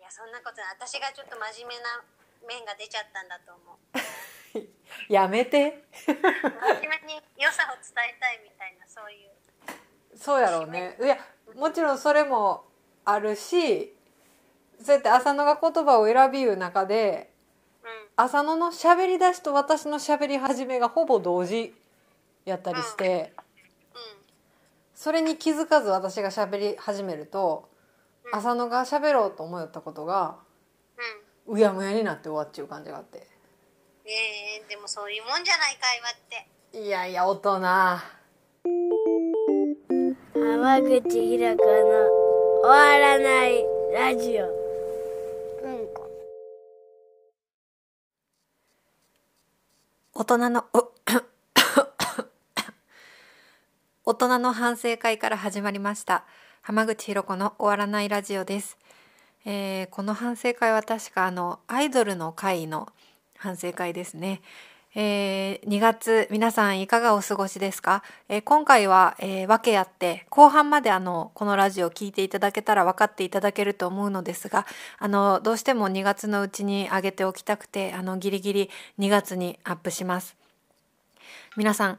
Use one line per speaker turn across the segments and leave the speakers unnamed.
やそんなことない私がちょっと真面目な面が出ちゃったんだと思 う
やめて
真面目に良さを伝えたいみたいなそういう
そうやろうねいやもちろんそれもあるしそうやって浅野が言葉を選びう中で
うん
浅野の喋り出しと私の喋り始めがほぼ同時やったりして、
うん
それに気づかず私が喋り始めると、
うん
浅野が喋ろうと思ったことが
うん
うやむやになって終わっちゅう感じがあって
えー、でもそういうもんじゃない会話って
いやいや大人
浜口ひらかの終わらないラジオ
うん
大人のお大人の反省会から始まりました浜口ひろ子の終わらないラジオです、えーこの反省会は確かあのアイドルの会の反省会ですね、えー2月皆さんいかがお過ごしですか、えー今回は、えー、訳あって後半まであのこのラジオを聞いていただけたら分かっていただけると思うのですがあのどうしても2月のうちに上げておきたくてあのギリギリ2月にアップします皆さん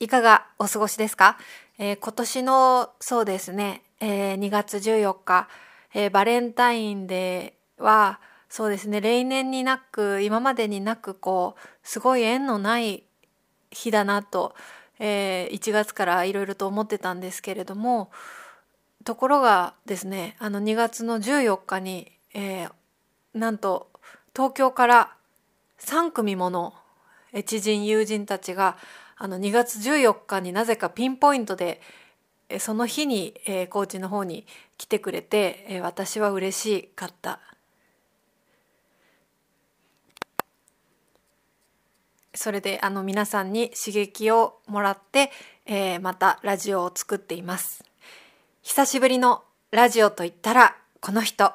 いかがお過ごしですか、えー今年のそうですね、えー2月14日、えーバレンタインデーはそうですね例年になく今までになくこうすごい縁のない日だなと、えー1月からいろいろと思ってたんですけれどもところがですねあの2月の14日に、えーなんと東京から3組ものえ知人友人たちがあの2月14日になぜかピンポイントでえその日に、えー高知の方に来てくれて、えー私は嬉しかったそれであの皆さんに刺激をもらって、えーまたラジオを作っています久しぶりのラジオといったらこの人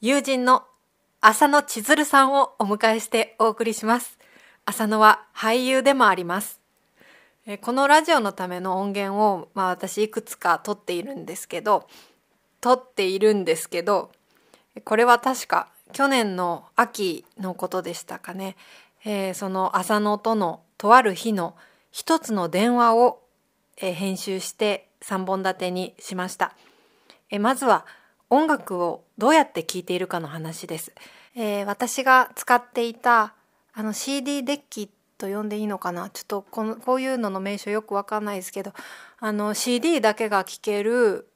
友人の浅野千鶴さんをお迎えしてお送りします浅野は俳優でもありますえーこのラジオのための音源を、まあ、私いくつか撮っているんですけど撮っているんですけどこれは確か去年の秋のことでしたかね、えーその浅野とのとある日の一つの電話を、えー編集して3本立てにしました。えまずは音楽をどうやって聴いているかの話です、えー私が使っていたあの CD デッキと呼んでいいのかなちょっとこのこういうのの名称よくわかんないですけどあの CD だけが聴ける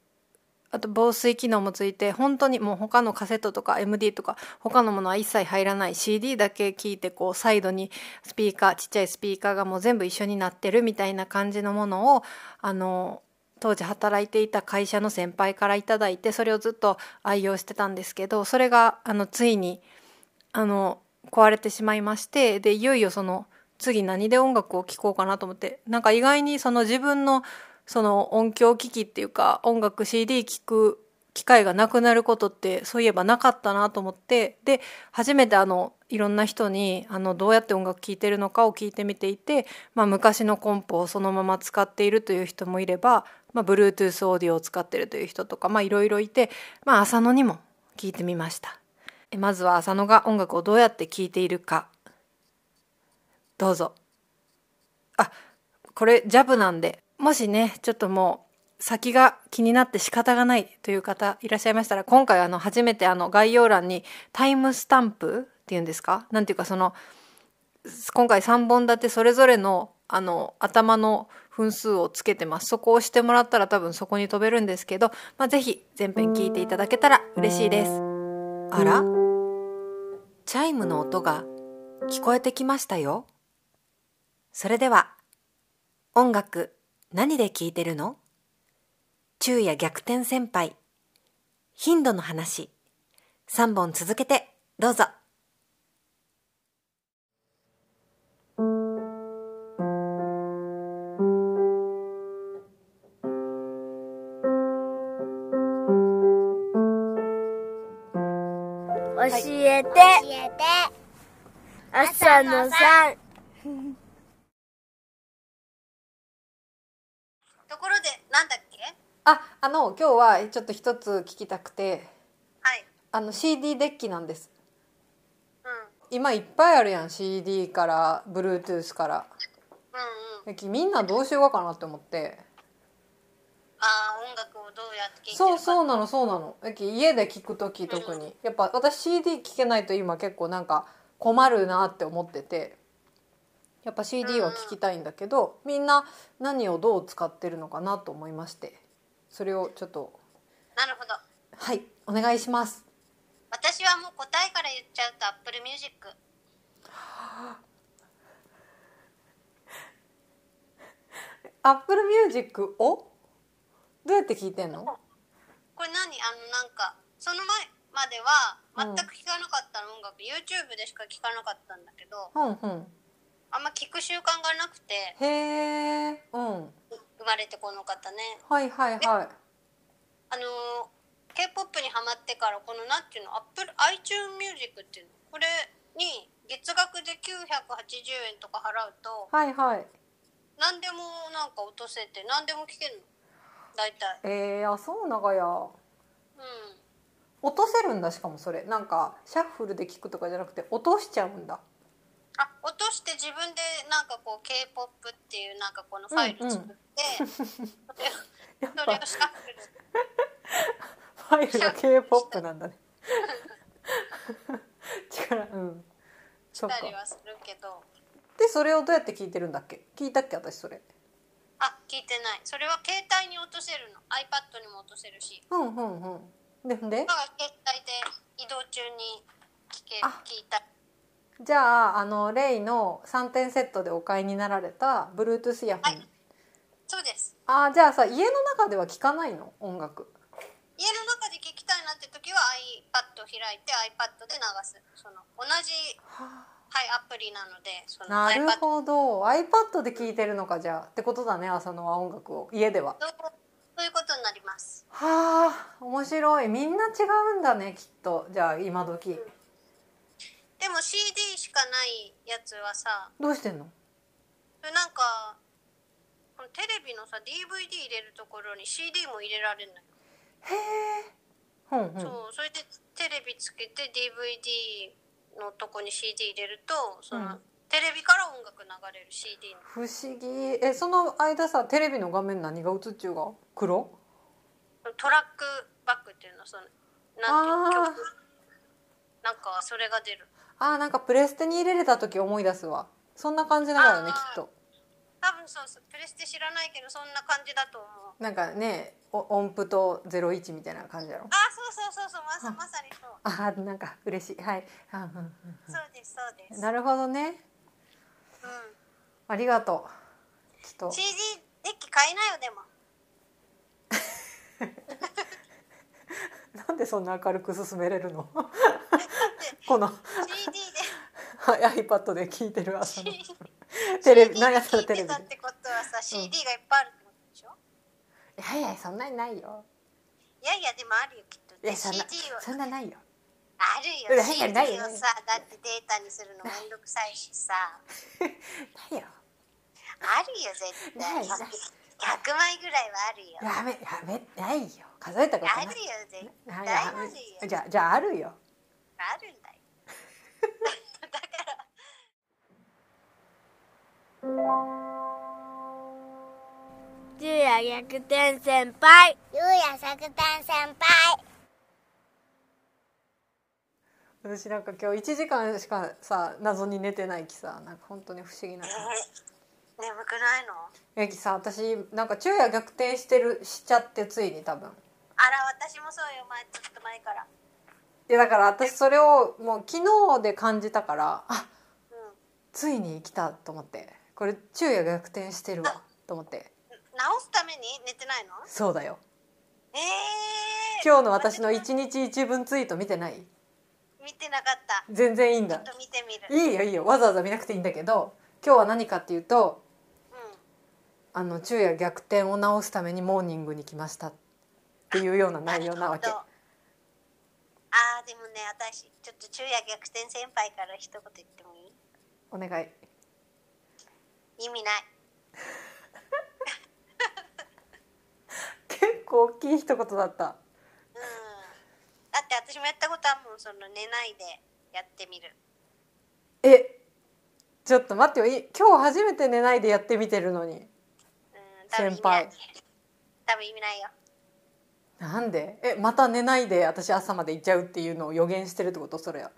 あと防水機能もついて本当にもう他のカセットとか MD とか他のものは一切入らない CD だけ聞いてこうサイドにスピーカーちっちゃいスピーカーがもう全部一緒になってるみたいな感じのものをあの当時働いていた会社の先輩からいただいてそれをずっと愛用してたんですけどそれがあのついにあの壊れてしまいましてでいよいよその次何で音楽を聴こうかなと思ってなんか意外にその自分のその音響機器っていうか音楽 CD 聴く機会がなくなることってそういえばなかったなと思ってで初めてあのいろんな人にあのどうやって音楽聴いてるのかを聞いてみていて、まあ、昔のコンポをそのまま使っているという人もいれば、まあ、Bluetooth オーディオを使っているという人とか、まあ、いろいろいて、まあ、浅野にも聞いてみましたえまずは浅野が音楽をどうやって聴いているかどうぞあこれジャブなんでもしねちょっともう先が気になって仕方がないという方いらっしゃいましたら今回あの初めてあの概要欄にタイムスタンプっていうんですかなんていうかその今回3本立てそれぞれのあの頭の分数をつけてますそこを押してもらったら多分そこに飛べるんですけど、まあ、ぜひ全編聞いていただけたら嬉しいですあらチャイムの音が聞こえてきましたよそれでは音楽何で聴いてるの昼夜逆転先輩頻度の話3本続けてどうぞ
教
教えて
えて
朝のさん
ところでなんだっけ
ああの今日はちょっと一つ聞きたくて
はい
あの CD デッキなんです
うん
今いっぱいあるやん CD から Bluetooth から
うんうん
でみんなどうしようかなって思って
ああ音楽をどうやって聴いてるか
そう
う
そうなのそうなのえき家で聞く時特にやっぱ私 CD 聴けないと今結構なんか困るなって思っててやっぱ CD は聴きたいんだけど、みんな何をどう使ってるのかなと思いましてそれをちょっと
なるほど
はいお願いします
私はもう答えから言っちゃうと Apple Music
アップルミュージックをどうやって聞いてんの
これ何あのなんかその前までは
うん
全く聴かなかったの音楽、YouTube でしか聴かなかったんだけど
うんうん
あんま聴く習慣がなくて
へえうん
生まれてこの方ね
はいはいはい
あのー、K-POP にハマってからこのなんていうの Apple iTune Music っていうのこれに月額で980円とか払うと
はいはい
何でもなんか落とせて何でも聴けるの大体
えー、あそうなんかや
うん
落とせるんだしかもそれなんかシャッフルで聞くとかじゃなくて落としちゃうんだ
あ落として自分でなんかこう K-POP っていうなんかこのファイル作って、
やっ
それ
ぱ
をシャッフル
ファイルが K-POP なんだね 力うんそ
し
っか
たりはするけど
でそれをどうやって聞いてるんだっけ聞いたっけ私それ
あ聞いてないそれは携帯に落とせるの iPad にも落とせるし
うんうんうんでで
だから携帯で移動中に聞け
あ
聞いた
じゃああのレイの3点セットでお買いになられた Bluetooth イヤホン、
はいそうです
あーじゃあさ家の中では聞かないの音楽
家の中で聞きたいなって時は iPad を開いて iPad で流すその同じ、はい、アプリなのでその
なる
iPad
ほど iPad で聞いてるのかじゃあってことだね浅野は音楽を家では
とということになります
はあ面白いみんな違うんだねきっとじゃあ今時
でも CD しかないやつはさ
どうしてんの
それなんかこのテレビのさ DVD 入れるところに CD も入れられるのよ、
へえほんほん
そうそれでテレビつけて DVD のとこに CD 入れるとその、
うん
テレビから音楽流れる CD の
不思議えその間さテレビの画面何が映っちゅうが黒
トラックバックっていうのそのなんていう
あー
の曲なんかそれが出る
あーなんかプレステに入れれた時思い出すわそんな感じなんだよねき
あ
っ
ー
と
多分そうそうプレステ知らないけどそんな感じだと思う
なんかねお音符と01みたいな感じだろ
あそうそうそうそうまさまさにそう
あーなんか嬉しいはいあーうん
そうですそうで
う
す
んなるほどね
うん
ありがとうちょっと
CD デッキ買えないよでも
なんでそんな明るく進めれる の
って
この
CD で
はい iPad で聞いてる朝の
CD
テレビ何やった
聞
ら
い
テレ
て
ビで
たってことはさ CD がいっぱいあるってことでしょ
いやいやそんなにないよ
いやいやでもあるよきっと
いやそん
CD
な
を
そんなないよ
あ
い
るよ
やいや
CD
ないよ
をさだってデータにするのめんどくさいしさ
ないよ
あるよ絶
な
対
い
100,
ない
枚ぐらいはあるよ
やめやめないよ数えたこと
あ
ない
るよ絶対
な
あ
や
る
め
よ
じゃあじゃああるよ
あるんだよ
ゆうや逆転先輩
ゆうや作戦先輩
私なんか今日1時間しかさ謎に寝てないきさなんか本当に不思議な
眠くないの
やきさ私なんか昼夜逆転してるしちゃってついに多分
あら私もそうよ前ちょっと前から
いやだから私それをもう昨日で感じたからあ
うん
ついに来たと思ってこれ昼夜逆転してるわと思って
直すために寝てないの
そうだよ
ええー、
今日の私の一日一文ツイート見てない
見てなかった
全然いいん
ちょっ
だ
と見てみる
いいよいいよわざわざ見なくていいんだけど今日は何かっていうと
うん
あの昼夜逆転を直すためにモーニングに来ましたっていうような内容なわけ
るほどあーでもね私ちょっと昼夜逆転先輩から一言言ってもいい
お願い
意味ない
結構大きい一言だった
うんだって私もやったことはもうその寝ないでやってみる
えちょっと待ってよい今日初めて寝ないでやってみてるのに
うん多分意味ない
先輩
多分意味ないよ
なんでえまた寝ないで私朝まで行っちゃうっていうのを予言してるってことそれ
い
ゃ
や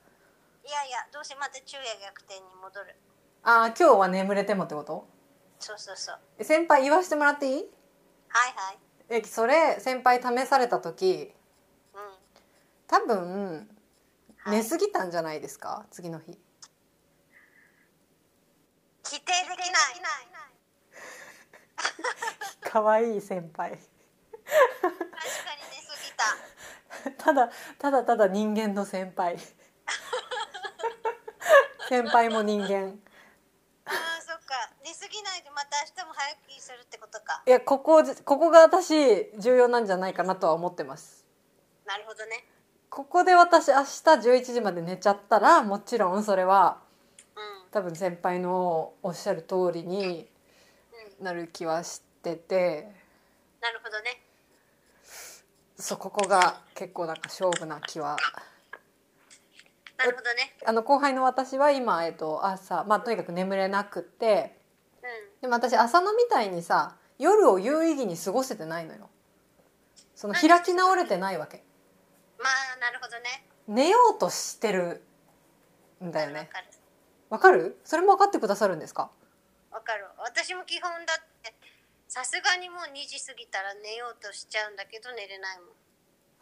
いやどうせまた昼夜逆転に戻る
あー今日は眠れてもってこと
そうそうそう
え先輩言わしてもらっていい
はいはい
えそれ先輩試された時
うん
多分
はい
寝すぎたんじゃないですか、次の日
否定できない
可愛い先輩
確 かに寝すぎた
ただただただ人間の先 輩先輩も人間
あーそっか寝すぎないでまた明日も早起きするってことか
いやここここが私重要なんじゃないかなとは思ってます
なるほどね
ここで私明日11時まで寝ちゃったらもちろんそれは
うん
多分先輩のおっしゃる通りに
うん
なる気はしてて
なるほどね
そうここが結構なんか勝負な気は
なるほどね
あの後輩の私は今、えっと、朝、まあ、とにかく眠れなくて
うん
でも私浅野みたいにさ夜を有意義に過ごせてないのよその開き直れてないわけ
まあなるほどね
寝ようとしてるんだよ
わ
ね
かる
わかるそれも分かってくださるんですか
わかる私も基本だってさすがにもう2時過ぎたら寝ようとしちゃうんだけど寝れないもん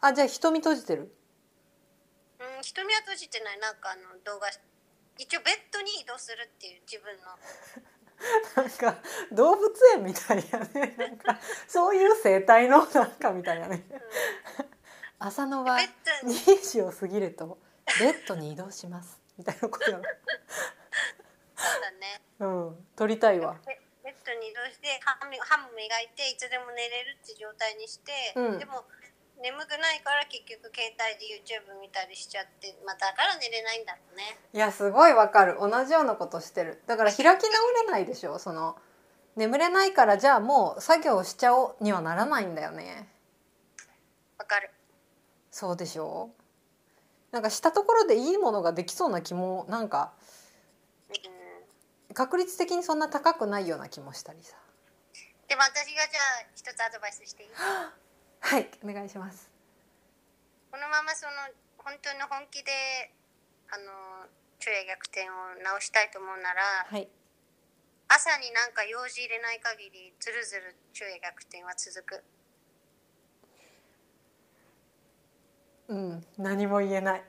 あじゃあ瞳閉じてる
うん、瞳は閉じてないなんかあの動画一応ベッドに移動するっていう自分の
なんか動物園みたいやねなんかそういう生態のなんかみたいやね浅野は
ベッドに
2時を過ぎるとベッドに移動しますみたいなことや
そうだね
ろ うん撮りたいわ
ベベッドに移動して歯み歯も磨いていつでも寝れるって状態にして、
うん
でも眠くないから結局携帯で YouTube 見たりしちゃって、まあ、だから寝れないんだろうね
いやすごいわかる同じようなことしてるだから開き直れないでしょその眠れないからじゃあもう作業しちゃおうにはならないんだよね
わかる
そうでしょなんかしたところでいいものができそうな気もなんか
うん
確率的にそんな高くないような気もしたりさ
でも私がじゃあ一つアドバイスしていいこ
はいお願いします
のままその本当の本気であの昼夜逆転を直したいと思うなら、
はい
朝になんか用事入れない限りずるずる昼夜逆転は続く
うん何も言え ない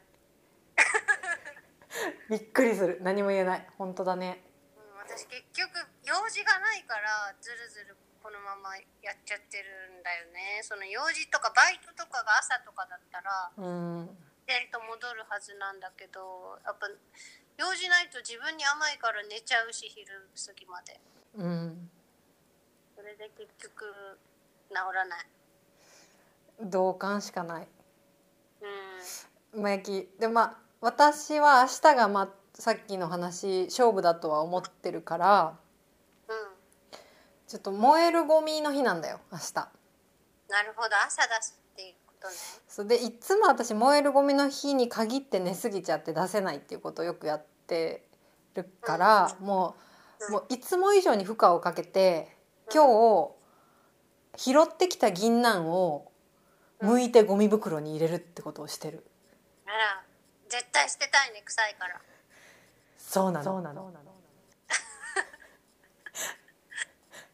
びっくりする何も言えない本当だね
うん私結局用事がないからずるずるこのままやっちゃってるんだよねその用事とかバイトとかが朝とかだったら
うん
デート戻るはずなんだけどやっぱ用事ないと自分に甘いから寝ちゃうし昼過ぎまで
うん
それで結局治らない
同感しかない
うん
まやきでまあ私は明日が、まあ、さっきの話勝負だとは思ってるから
うん
ちょっと燃えるゴミの日なんだよ明日
なるほど朝出すっていうことね
そうでいつも私燃えるゴミの日に限って寝すぎちゃって出せないっていうことをよくやってるから、もうもういつも以上に負荷をかけて今日拾ってきた銀杏を剥いてゴミ袋に入れるってことをしてる。
あら絶対捨てたいね臭いから
そうなの。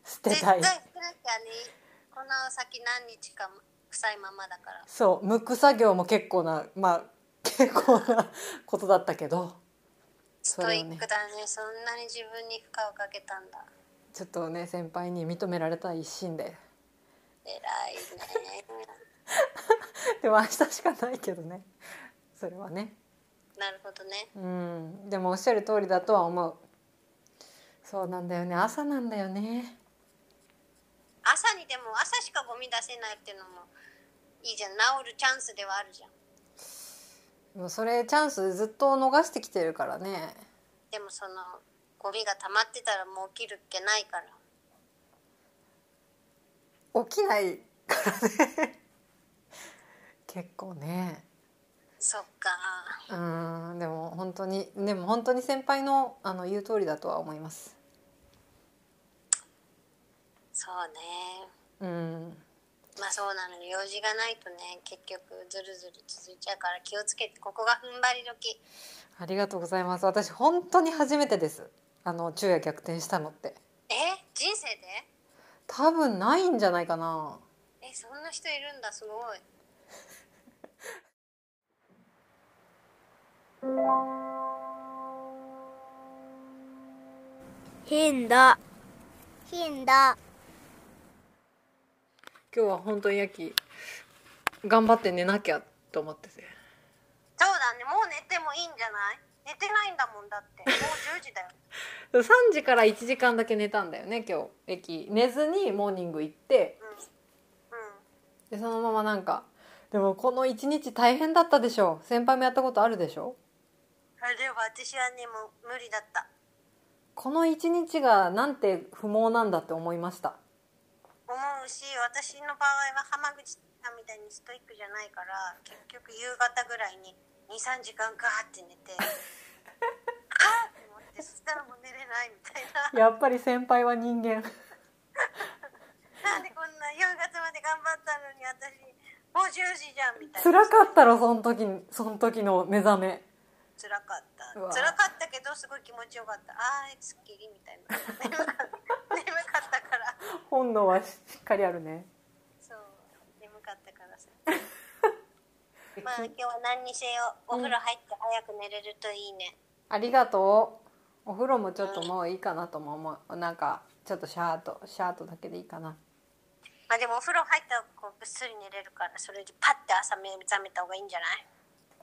捨て
絶
た
対
い
捨。てなきゃねこの先何日か臭いままだから
そう、剥く作業も結構な、まあ、 結構なことだったけど。
ス
そ
ト
れ
イ
を
ッ
ね
ク、だねそんなに自分に負荷をかけたんだ
ちょっとね、先輩に認められた一心で。
偉いね
でも明日しかないけどね。それはね。
なるほどね
うん、でもおっしゃる通りだとは思う。そうなんだよね、朝なんだよね。
朝にでも朝しかゴミ出せないっていうのもいいじゃん治るチャンスではあるじゃん
もうそれチャンスずっと逃してきてるからね。
でもそのゴミが溜まってたらもう起きるっけないから
起きないからね結構ね
そっか
うーんでも本当にでも本当に先輩のあの言う通りだとは思います
そうね
うん
まあそうなのよ用事がないとね結局ずるずる続いちゃうから気をつけてここが踏ん張り時
ありがとうございます私本当に初めてですあの昼夜逆転したのって
え人生で
多分ないんじゃないかな
えそんな人いるんだすごい
頻度
頻度
今日は本当にヤキ頑張って寝なきゃと思ってて
そうだねもう寝てもいいんじゃない寝てないんだもんだってもう10時だよ
3時から1時間だけ寝たんだよね今日駅寝ずにモーニング行って
うん
でそのままなんかでもこの1日大変だったでしょ先輩もやったことあるでしょ
あでも私はねもう無理だった
この1日がなんて不毛なんだって思いました
思うし私の場合は浜口さんみたいにストイックじゃないから結局夕方ぐらいに23時間ガーって寝 てはっって思ってそしたらもう寝れないみたいな
やっぱり先輩は人間
なんでこんな夕方まで頑張ったのに私もう10時じゃんみたい
辛
な
かったろその時その時の目覚め
辛かった
うわ
辛かったけどすごい気持ちよかったあーすっきりみたいな眠かった眠かったから
本能はしっかりあるね
そう眠かったから さまあ今日は何にせよお風呂入って早く寝れるといいね、
ありがとうお風呂もちょっともういいかなとも思うなんかちょっとシャーっとシャーっとだけでいいかな
まあでもお風呂入ったらこうぐっすり寝れるからそれでパッて朝目覚めた方がいいんじゃない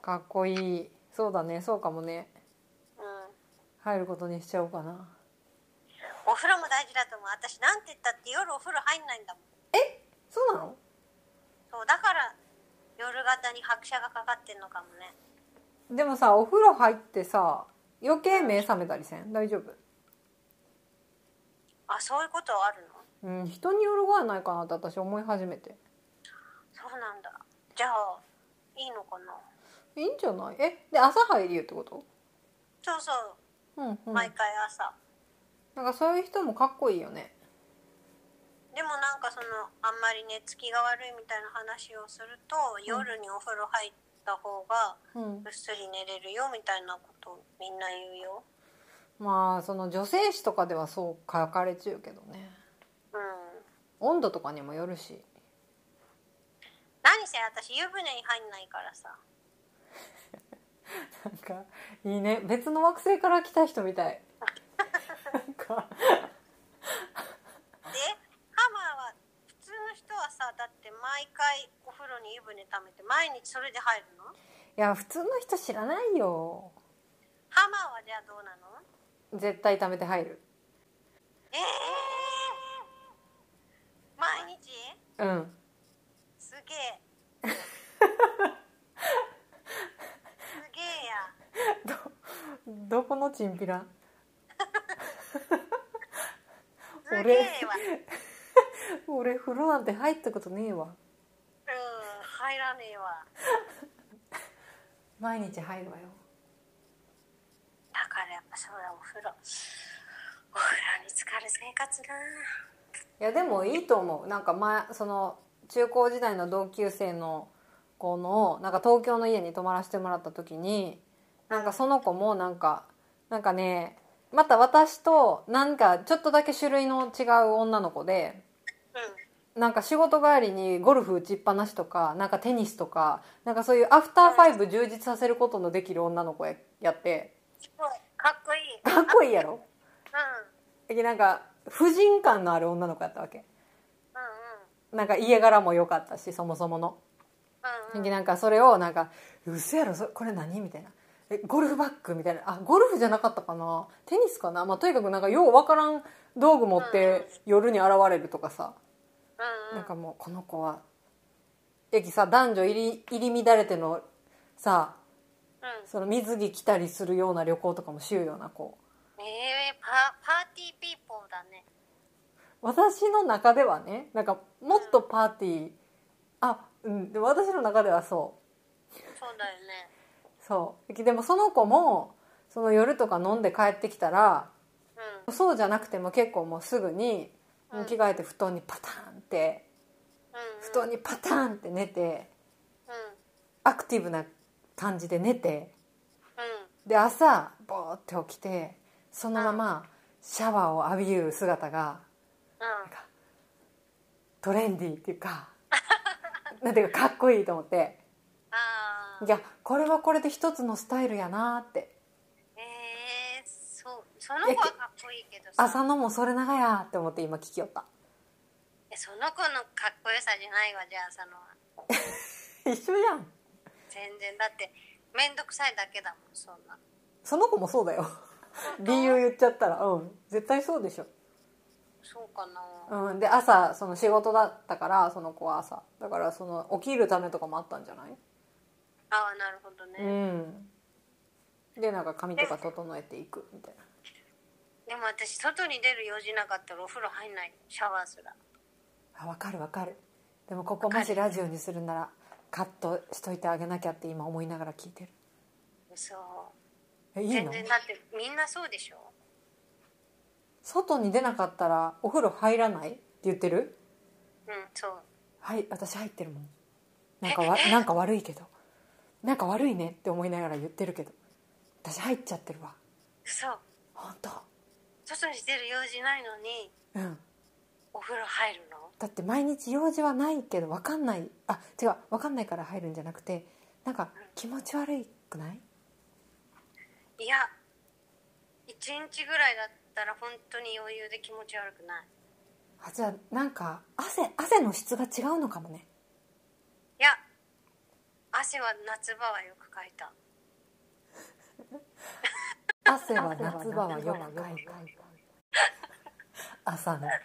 かっこいいそうだねそうかもね
うん
入ることにしちゃおうかな
お風呂も大事だと思う私なんて言ったって夜お風呂入んないんだもん
そうなの
そうだから夜型に拍車がかかってんのかもね
でもさお風呂入ってさ余計目覚めたりせん大丈夫
あそういうことあるの
うん人によるがないかなって私思い始めて
そうなんだじゃあいいのかない
いんじゃないえで朝入るよってこと
そうそう
うんうんな
毎回朝、
んかそういう人もかっこいいよね
でもなんかそのあんまり寝つきが悪いみたいな話をすると、夜にお風呂入った方が
うん
ぐっすり寝れるよみたいなことをみんな言うよ。
まあその女性誌とかではそう書かれちゅうけどね
うん。
温度とかにもよるし
何せ私湯船に入んないからさ。
なんかいいね別の惑星から来た人みたいなんか
で、ハマーは普通の人はさ、だって毎回お風呂に湯船溜めて毎日それで入るの
いや普通の人知らないよ
ハマーはじゃあどうなの
絶対貯めて入る
ええー、毎日
うん
すげえ。すげえや。
どこのチンピラ
すげ
俺
えわ。
俺風呂なんて入ったことねえわ
うん、入らねえわ。
毎日入るわよ
だからやっぱそうだ、お風呂。お風呂に浸かる生活な。
いやでもいいと思うなんか前その中高時代の同級生の子のなんか東京の家に泊まらせてもらった時になんかその子もなんかなんかねまた私となんかちょっとだけ種類の違う女の子で
うん。
なんか仕事帰りにゴルフ打ちっぱなしとかなんかテニスとかなんかそういうアフターファイブ充実させることのできる女の子ややって
すごい。かっこいい。うん。
かっこいいやろ
う
でなんか婦人感のある女の子やったわけ
ん
なんか家柄も良かったしそもそもの
うん。うんうん。
でなんかそれをなんか「うそやろそこれ何?」みたいな「えゴルフバッグ?」みたいな「あゴルフじゃなかったかなテニスかな、まあ、とにかくなんかようわからん道具持って夜に現れるとかさ、
うんうん。
なんかもうこの子は駅さ男女入り入り乱れてのさ
うん。
その水着着たりするような旅行とかもしゅうような子
ええパ、パーティーピーポーだね。
私の中ではねなんかもっとパーティーあうんで私の中ではそう
そうだよね。
そうでもその子もその夜とか飲んで帰ってきたら
うん
そうじゃなくても結構もうすぐに
うん
着替えて布団にパターンって
うん
布団にパターンって寝て
うん
アクティブな感じで寝て
うん
で朝ボーって起きてそのままシャワーを浴びる姿が
うん
トレンディーっていう かなんていうかかっこいいと思って
ああ
いやこれはこれで一つのスタイルやなって
えー、そうその子はかっこいいけどさ
浅野もそれ長やって思って今聞きよった
えその子のかっこよさじゃないわじゃあその
一緒じゃん
全然だって面倒くさいだけだもんそんな
その子もそうだよ理由言っちゃったらうん絶対そうでしょ
そうかな
うん、で朝その仕事だったからその子は朝だからその起きるためとかもあったんじゃない、
ああなるほどね、
うんでなんか髪とか整えていくみたいな
でも私外に出る用事なかったらお風呂入んないシャワーすら
あ分かる分かるでもここもしラジオにするならカットしといてあげなきゃって今思いながら聞いてる
そう
えいい
全
の
然だってみんなそうでしょ
外に出なかったらお風呂入らないって言ってる
うんそう
はい私入ってるもんなんかわなんか悪いけどなんか悪いねって思いながら言ってるけど私入っちゃってるわ
そう
本当
外に出る用事ないのに
うん
お風呂入るの
だって毎日用事はないけど分かんないあ違う分かんないから入るんじゃなくてなんか気持ち悪いくない
いや1日ぐらいだったら本当に余裕で気持ち悪くない
あじゃあなんか汗汗の質が違うのかもね
いや汗は夏場はよくかいた
汗は夏場はよくかいた朝の
なんか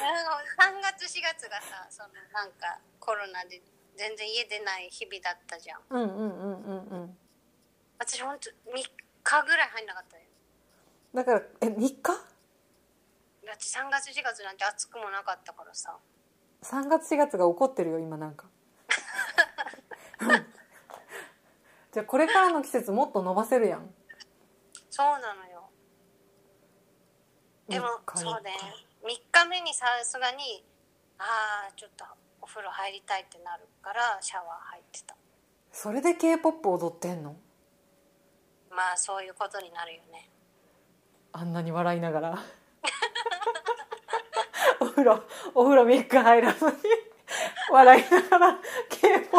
3月4月がさそのなんかコロナで全然家出ない日々だったじゃん
うんうんうんうんうん
私ほんと3日ぐらい入んなかったよ
だからえ3日
だって3月4月なんて暑くもなかったからさ
?3 月4月が怒ってるよ今なんかじゃあこれからの季節もっと伸ばせるやん
そうなのよでも
三日
そうね3日目にさすがにああちょっとお風呂入りたいってなるからシャワー入ってた
それで k p o p 踊ってんの
まあそういうことになるよね
あんなに笑いながら お風呂お風呂3日入らずに笑いながら k p o p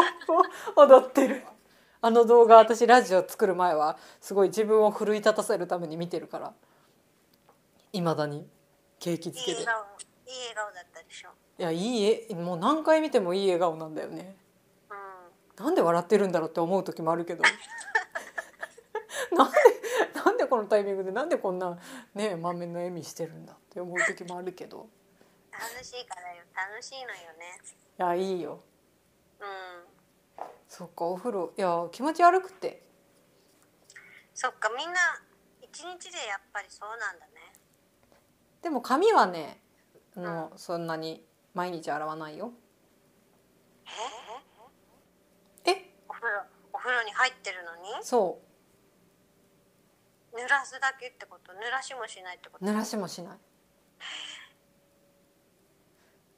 を踊ってるあの動画私ラジオ作る前はすごい自分を奮い立たせるために見てるからいまだに景気
い
づけ
い
る
笑顔いい笑顔だったでしょ
いやいいえもう何回見てもいい笑顔なんだよね
うん
なんで笑ってるんだろうって思う時もあるけ どなんでなんでこのタイミングでなんでこんなね満面の笑みしてるんだって思う時もあるけど
楽しいからよ楽しいのよね
いやいいよ
うん
そっかお風呂いや気持ち悪くて
そっかみんな一日でやっぱりそうなんだね
でも髪はねもうそんなに毎日洗わないよえ
お風呂お風呂に入ってるのに
そ
濡らすだけってこと濡らしもしないってこ
う
と
濡らしもしない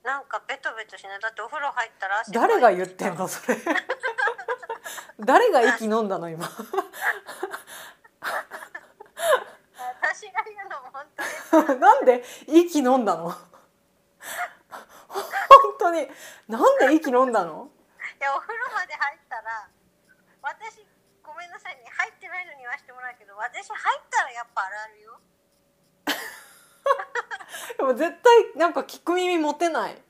なんかベトベトしないだってお風呂入ったら汗かい
誰が言ってんのそれ誰が息飲んだの今
私が言うのも本当に
なんで息飲んだの 本当になんで息飲んだの
いやお風呂まで入ったら私ごめんなさいね入ってないのに言わせてもらうけど私入ったらやっぱ洗うよ
でも絶対なんか聞く耳持て ない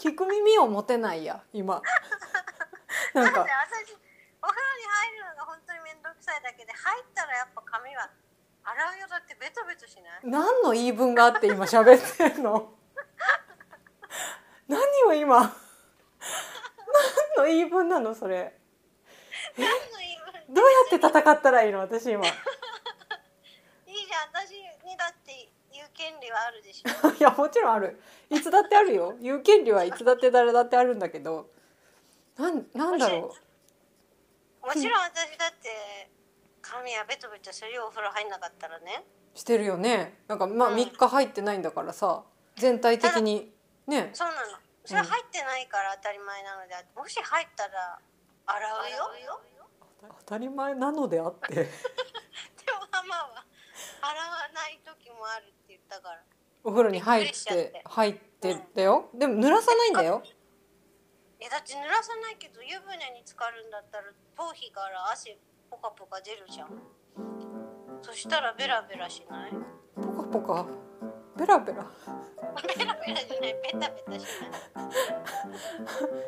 聞く耳を持てないや今なん
だっ
か
て私お風呂に入るのが本当に面倒くさいだけで入ったらやっぱ髪は洗うよだってベトベトしない
何の言い分があって今喋って んの何を今何の言い分なのそれ
何の言い分
どうやって戦ったらいいの私今い
いいじゃん私にだって言う権利はあるでしょ
やもちろんあるいつだってあるよ言う権利はいつだって誰だってあるんだけどなんなんだろう
もちろん私だって髪はベトベトするよお風呂入んなかったらね
してるよねなんかまあ
うん
3日入ってないんだからさ全体的にね
そうなのそれは入ってないから当たり前なのであってもし入ったら洗うよ
当たり前なのであって
でもママは洗わない時もあるって言ったから
お風呂に入っ
びっくりしちゃって
て入ってったよでも濡らさないんだよ
いやだって濡らさないけど湯船に浸かるんだったら頭皮から汗ポカポカ出るじゃんそしたらベラベラしない
ポカポカベラベラ
ベラベラじゃないペタペタ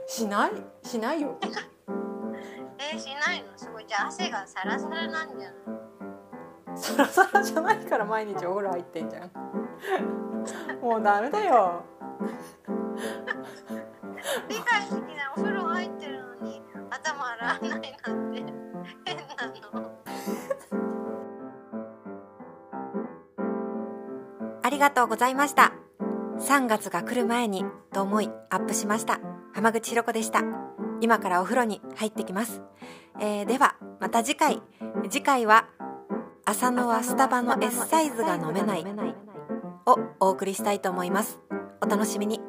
しない
しないしないよ
えーしないのすごいじゃあ汗がサラサラなんじゃない
サラサラじゃないから毎日お風呂入ってんじ ゃんもうダメだよ
理解できないお風呂入ってるのに頭洗わないなんて 変なの
ありがとうございました3月が来る前にと思いアップしました浜口ひろ子でした今からお風呂に入ってきます、えーではまた次回次回は浅野はスタバの S サイズが飲めないをお送りしたいと思いますお楽しみに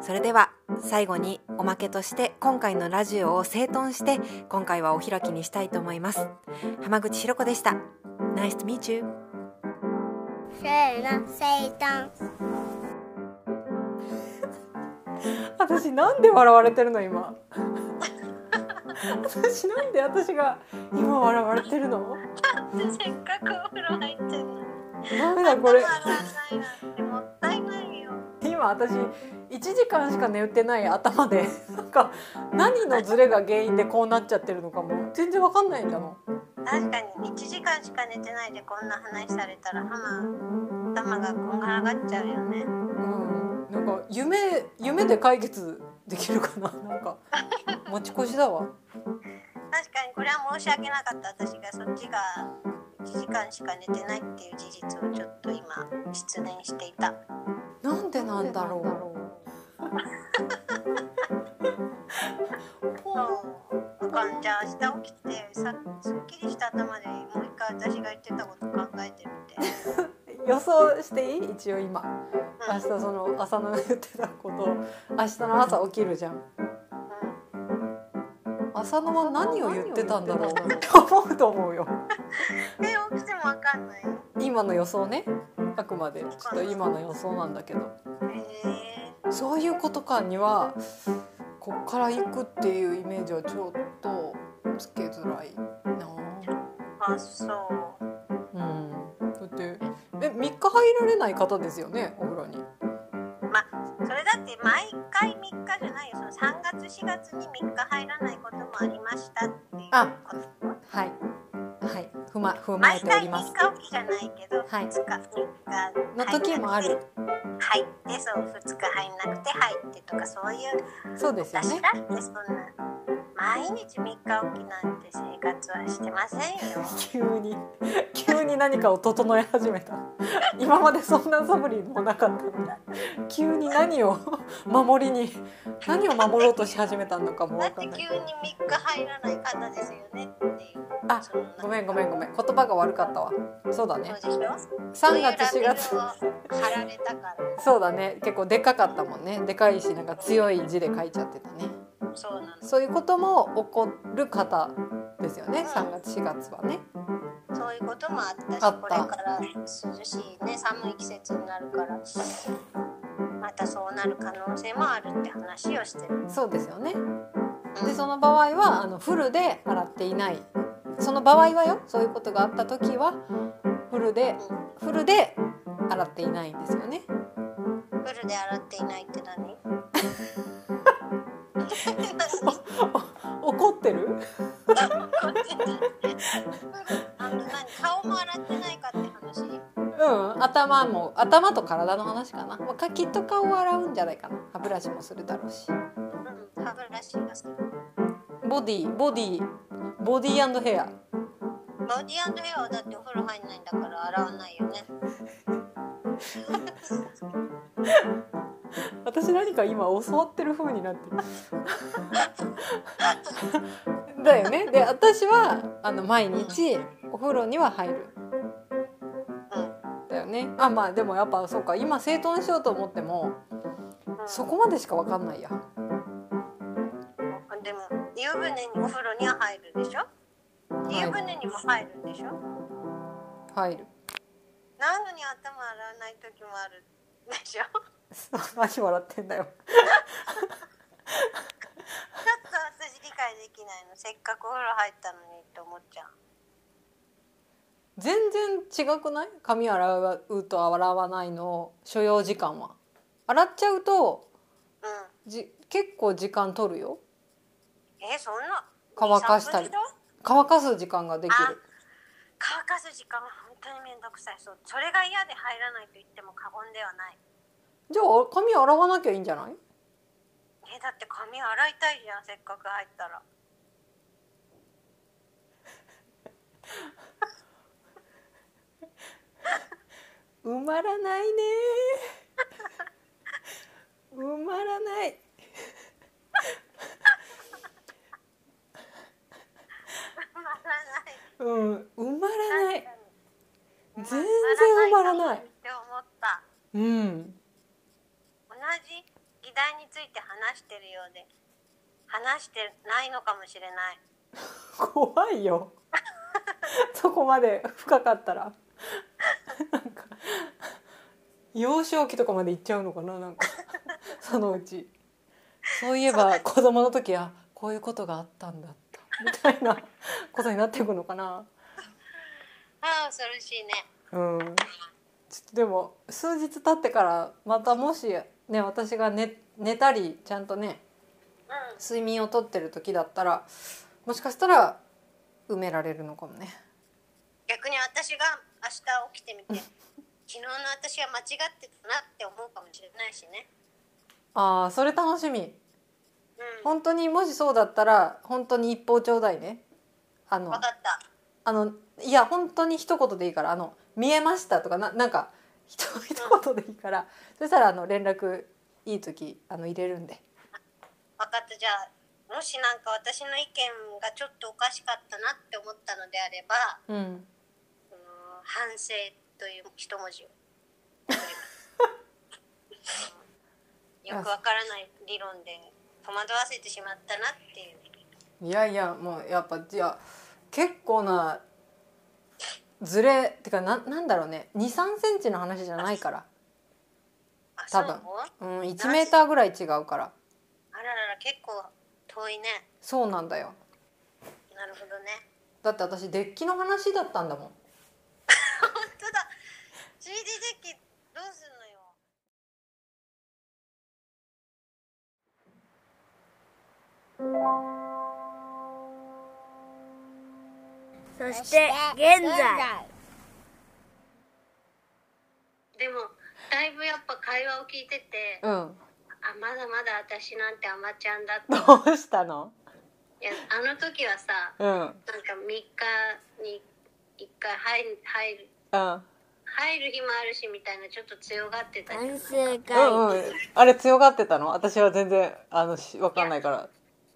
それでは最後におまけとして今回のラジオを整頓して今回はお開きにしたいと思います浜口ひろ子でした Nice to meet you
せーの、せいたん。
私なんで笑われてるの今 私なんで私が今笑われてるの
せっかくお風呂入ってるのに
ダメだ
頭
こ
洗
れ
わないなんてもったいないよ
今私1時間しか寝てない頭でなんか何のズレが原因でこうなっちゃってるのかも全然わかんないんだもん
確かに1時間しか寝てないでこんな話されたらマ頭がこんがらがっちゃうよね
うんなんか夢夢で解決できるか ななんか持ち越しだわ
確かにこれは申し訳なかった私がそっちが1時間しか寝てないっていう事実をちょっと今失念していた
なんでなんだろう
そうわかんじゃあ明日起きてさすっきりした頭でもう一回私が言ってたこと考えてみて
予想していい一応今
うん
明日その朝の言ってたことを明日の朝起きるじゃん
う
浅野は何を言ってたんだろうって思うと思うよ
んで起きてもわかんないよ
今の予想ねあくまでちょっと今の予想なんだけど
へえ
そういうことかにはこっから行くっていうイメージはちょっとつけづらいな
あそう
うんだってえ3日入られない方ですよねお風呂に
まあそれだって毎回3日じゃないよその3月4月に3日入らないこともありましたっていう
あ
こと
はいはい踏ま踏ま
毎
えてお
回
り
3
ます
日起きじゃないけど、
はい
2日3日
の時もある
入ってそう2日入んなくて入ってとかそういう
そうですよ
私
ね
だってそんな毎日3日起きなんて生活はしてませんよ。
急に急に何かを整え始めた今までそんなサブリもなかったのに急に何を守りに何を守ろうとし始めたのかも
だ
わ
って
かんな
急に
い
3日入らない方ですよねっていう。
あ
そな
ごめんごめんごめん言葉が悪かったわそうだね
そうでしょ
3月4月
そういうラベルを貼られたから
そうだね結構でかかったもんねでかいしなんか強い字で書いちゃってたね
そうな
そういうことも起こる方ですよね3月4月はね
のそういうこともあったし
あった
これから涼しいね寒い季節になるからまたそうなる可能性もあるって話をしてる。
そうですよね
うん
でその場合はあのフルで洗っていないその場合はよそういうことがあった時はフルで
うん
フルで洗っていないんですよね
フルで洗っていないって 何
怒ってる
あの何顔も洗ってないかって話
うん頭も頭と体の話かなまあかきとかを洗うんじゃないかな歯ブラシもするだろうし
うん歯ブラシが好き
ボディボディボディヘア
ボディヘアはだってお風呂入んないんだから洗わないよね
私何か今教わってる風になってる だよねで私はあの毎日お風呂には入るだよねあまあでもやっぱそうか今整頓しようと思っても
うん
そこまでしかわかんないや
でも湯船にお風呂には入るでしょ
い
湯船にも入るんでしょ、
入る
なのに頭洗わない時もあるでしょ
何笑ってんだよ
ちょっと私理解できないのせっかくお風呂入ったのにって思っちゃう
全然違くない髪洗うと洗わないの所要時間は洗っちゃうと
うん
じ結構時間取るよ
えそんな
乾かした
23
り
分でしょ
乾かす時間ができる
乾かす時間は本当にめんどくさいそうそれが嫌で入らないと言っても過言ではない
じゃあ髪洗わなきゃいいんじゃない
えだって髪洗いたいじゃんせっかく入ったら
埋まらないね 埋まらない
埋まらない
うん埋まらない全然埋
埋
ま
ま
ら
ら
な
ないいって思った
うん
同じ議題について話してるようで話してないのかもしれない
怖いよ そこまで深かったらなんか幼少期とかまで行っちゃうのかななんか そのうちそういえば子供の時はこういうことがあったんだったみたいな ことになっていくのかな
ああ恐ろしいね
うんちょっとでも数日経ってからまたもしね私が寝寝たりちゃんとね
うん
睡眠をとってる時だったらもしかしたら埋められるのかもね
逆に私が明日起きてみて 昨日の私は間違ってたなって思うかもしれないしね
ああそれ楽しみ
うん
本当にもしそうだったら本当に一報ちょうだいねあの
分かった
あのいや本当に一言でいいからあの見えましたとかななんか一一言でいいからそしたらあの連絡いい時あの入れるんで
分かったじゃあもしなんか私の意見がちょっとおかしかったなって思ったのであれば
うん
その反省という一文 字をよくわからない理論で戸惑わせてしまったなっていう
いやいやもうやっぱじゃあ結構なズレってかななんだろうね2 3センチの話じゃないから、
あ
多分
そう
うん、1メーターぐらい違うから
あららら結構遠いね
そうなんだよ
なるほどね
だって私デッキの話だったんだもん
本当だ CD デッキどうすんのよ
そして現在
でもだいぶやっぱ会話を聞いてて
うん
あまだまだ私なんてアマちゃんだって
どうしたの
いやあの時はさ
うんうん
なんか3日に1回入る入る
うん
入る日もあるしみたいなちょっと強がってたじゃん
反省会
うんあれ強がってたの私は全然あのしわかんないから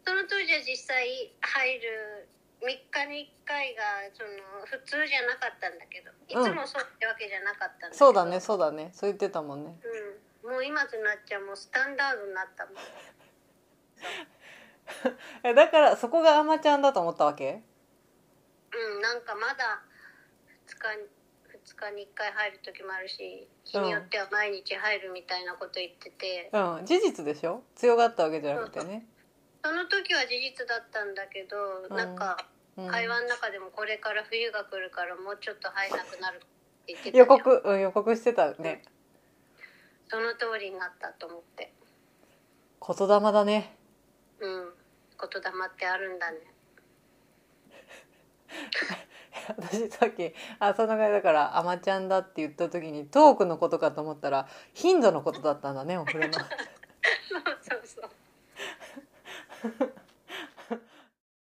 その当時は実際入る3日に1回がその普通じゃなかったんだけどいつもそうってわけじゃなかったんだけど、
そうだねそうだねそう言ってたもんね
うん、もう今となっちゃもうスタンダードになったもん
えだからそこがあまちゃんだと思ったわけ
うんなんかまだ2日に2日に1回入る時もあるし日によっては毎日入るみたいなこと言ってて、
うん事実でしょ強がったわけじゃなくてね、
その時は事実だったんだけど、
うん
なんか
うん、
会話の中でもこれから冬が来るからもうちょっと入らなくなるって言ってたじゃん
予告、うん、予告してたね
その通りになったと思って
言霊だね
うん言霊ってあるんだね
私さっきあそのぐらいだから「あまちゃんだ」って言った時にトークのことかと思ったら頻度のことだったんだねお風呂の
そうそうそう